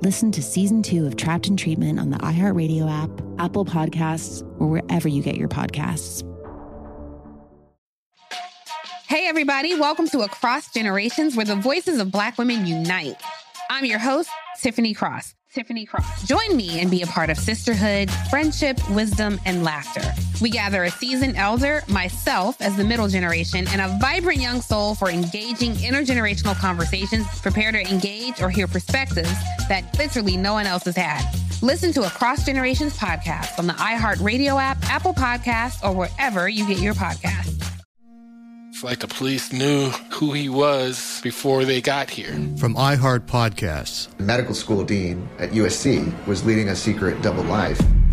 Listen to season two of Trapped in Treatment on the iHeartRadio app, Apple Podcasts, or wherever you get your podcasts. Hey, everybody, welcome to Across Generations, where the voices of Black women unite. I'm your host, Tiffany Cross. Tiffany Cross. Join me and be a part of sisterhood, friendship, wisdom, and laughter. We gather a seasoned elder, myself as the middle generation, and a vibrant young soul for engaging intergenerational conversations, prepare to engage or hear perspectives that literally no one else has had. Listen to Across Generations podcast on the iHeartRadio app, Apple Podcasts, or wherever you get your podcasts. It's like the police knew who he was before they got here. From iHeart Podcasts, medical school dean at USC was leading a secret double life.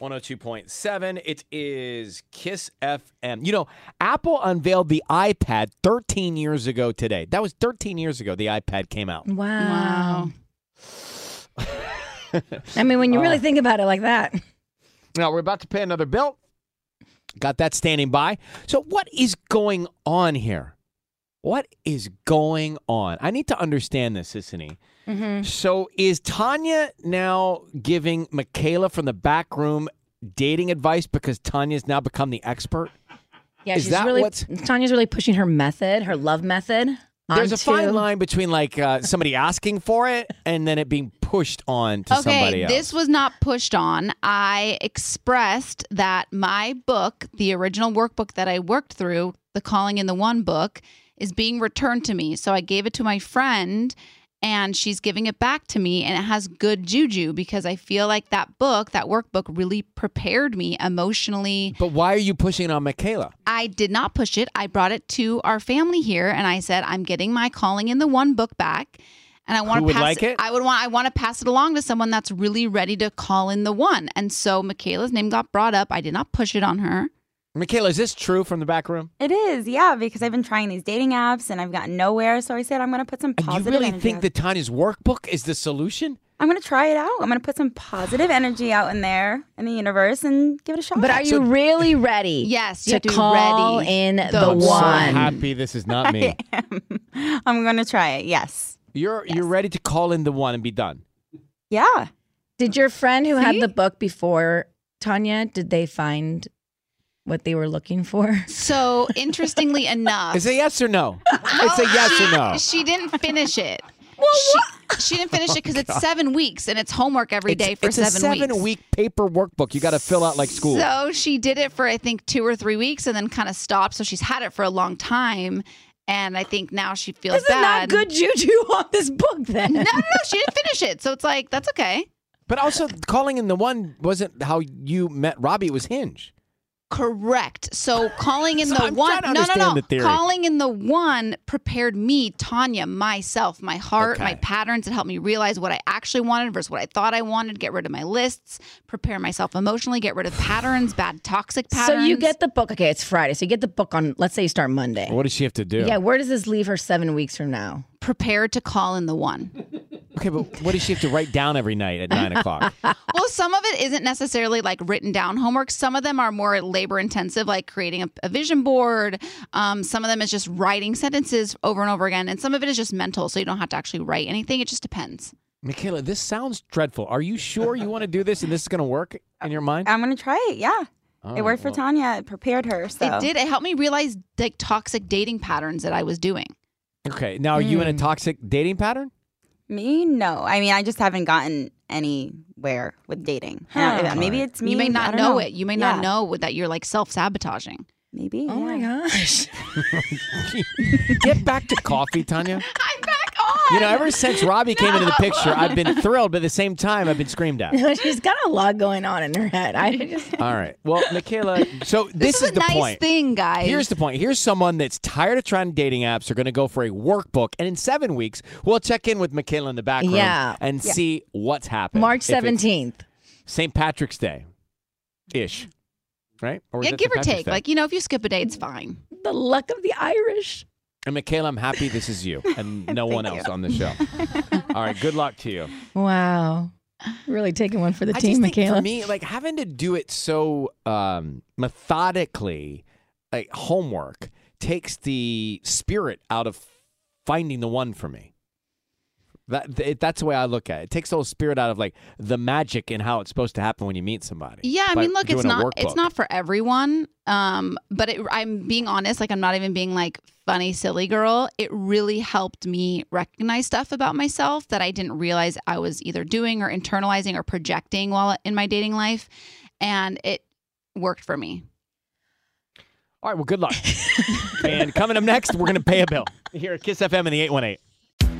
102.7. It is Kiss FM. You know, Apple unveiled the iPad 13 years ago today. That was 13 years ago the iPad came out. Wow. I mean, when you really think about it like that, Uh, Now we're about to pay another bill. Got that standing by. So, what is going on here? What is going on? I need to understand this, Sissany. Mm. So, is Tanya now giving Michaela from the back room dating advice because Tanya's now become the expert? yeah, Is she's that really what's- Tanya's really pushing her method, her love method. There's a onto- fine line between like uh, somebody asking for it and then it being pushed on to somebody Okay, else. this was not pushed on. I expressed that my book, the original workbook that I worked through, the Calling in the One book, is being returned to me. So I gave it to my friend and she's giving it back to me and it has good juju because I feel like that book, that workbook really prepared me emotionally. but why are you pushing on Michaela? I did not push it. I brought it to our family here and I said, I'm getting my Calling in the One book back. And I want Who to would pass like it? I would want I want to pass it along to someone that's really ready to call in the one. And so Michaela's name got brought up. I did not push it on her. Michaela, is this true from the back room? It is, yeah, because I've been trying these dating apps and I've gotten nowhere. So I said I'm going to put some And you positive really energy think out. that Tanya's workbook is the solution? I'm going to try it out. I'm going to put some positive energy out in there in the universe and give it a shot. But are you really ready? Yes, you to have to be call ready. in The the, one. one. I'm so happy this is not me. I'm going to try it. Yes. You're you're ready to call in the one and be done. Yeah. Did your friend who See? had the book before Tanya? Did they find what they were looking for? So interestingly enough, It's a yes or no. It's a yes or no. Oh she didn't finish it. she, she didn't finish it because it's seven weeks and it's homework every It's- day for it's seven, a seven weeks. week paper workbook you got to fill out like school. So she did it for I think two or three weeks and then kind of stopped. So she's had it for a long time, and I think now she feels This is bad. not good juju on this book. Then No, no, no, she didn't finish it. So it's like that's okay. but also calling in the one wasn't how you met Robbie. It was Hinge. Correct. So calling in So the I'm one. trying to no, no, no. understand the theory. Calling in the one prepared me, Tanya, myself, my heart, my Okay. patterns. It helped me realize what I actually wanted versus what I thought I wanted. Get rid of my lists. Prepare myself emotionally. Get rid of patterns, bad toxic So patterns. you get the book. Okay, it's Friday. So you get the book on. Let's say you start Monday. What does she have to do? Yeah, where does this leave her seven weeks from now? prepared to call in the one. Okay, but what does she have to write down every night at nine o'clock? well, some of it isn't necessarily like written down homework. Some of them are more labor intensive, like creating a, a vision board. Um, some of them is just writing sentences over and over again. And some of it is just mental. So you don't have to actually write anything. It just depends. Michaela, this sounds dreadful. Are you sure you want to do this and this is going to work in your mind? I'm going to try it. Yeah. it All right, worked well- for Tanya. It prepared her. So It did. It helped me realize like toxic dating patterns that I was doing. Okay. Now, are you Mm. in a toxic dating pattern? Me? No. I mean, I just haven't gotten anywhere with dating. And I- Huh. Maybe it's me. You may I not don't know, know it. You may not Yeah. know that you're like self sabotaging. Maybe. Oh my gosh. Get back to coffee, Tanya. I'm back on. You know, ever since Robbie came into the No. picture, I've been thrilled, but at the same time, I've been screamed at. She's got a lot going on in her head. I just All right. Well, Michaela, so this, is, a the nice point. thing, guys. Here's the point. Here's someone that's tired of trying dating apps. They're going to go for a workbook, and in seven weeks, we'll check in with Michaela in the back room Yeah. and Yeah. see what's happened. March If it's 17th. St. Patrick's Day, ish, right? Or is yeah, that give St. or Patrick's take. Day? Like you know, if you skip a day, it's fine. The luck of the Irish. And Michaela, I'm happy this is you and no one else on the show. All right, good luck to you. Wow. Really taking one for the I team, just think Michaela. for me, like having to do it so um, methodically, like homework, takes the spirit out of finding the one for me. That th- that's the way I look at it. It takes the whole spirit out of like the magic and how it's supposed to happen when you meet somebody. Yeah, I By mean, look, it's doing a not it's workbook. not for everyone. Um, but it, I'm being honest. Like, I'm not even being like funny, silly girl. It really helped me recognize stuff about myself that I didn't realize I was either doing or internalizing or projecting while in my dating life, and it worked for me. All right, well, good luck. and coming up next, we're gonna pay a bill here at Kiss FM and the eight one eight.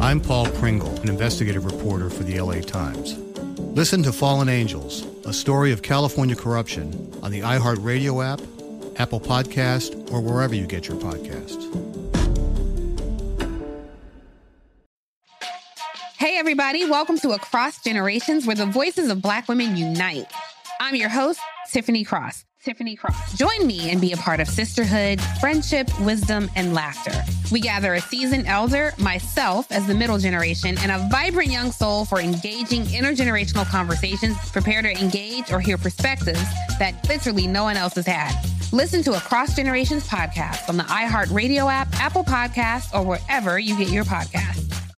I'm Paul Pringle, an investigative reporter for the LA Times. Listen to Fallen Angels, a story of California corruption on the iHeartRadio app, Apple Podcast, or wherever you get your podcasts. Hey, everybody, welcome to Across Generations, where the voices of Black women unite. I'm your host, Tiffany Cross. Tiffany Cross. Join me and be a part of sisterhood, friendship, wisdom, and laughter. We gather a seasoned elder, myself as the middle generation, and a vibrant young soul for engaging intergenerational conversations. Prepare to engage or hear perspectives that literally no one else has had. Listen to Across Generations podcast on the iHeartRadio app, Apple Podcasts, or wherever you get your podcasts.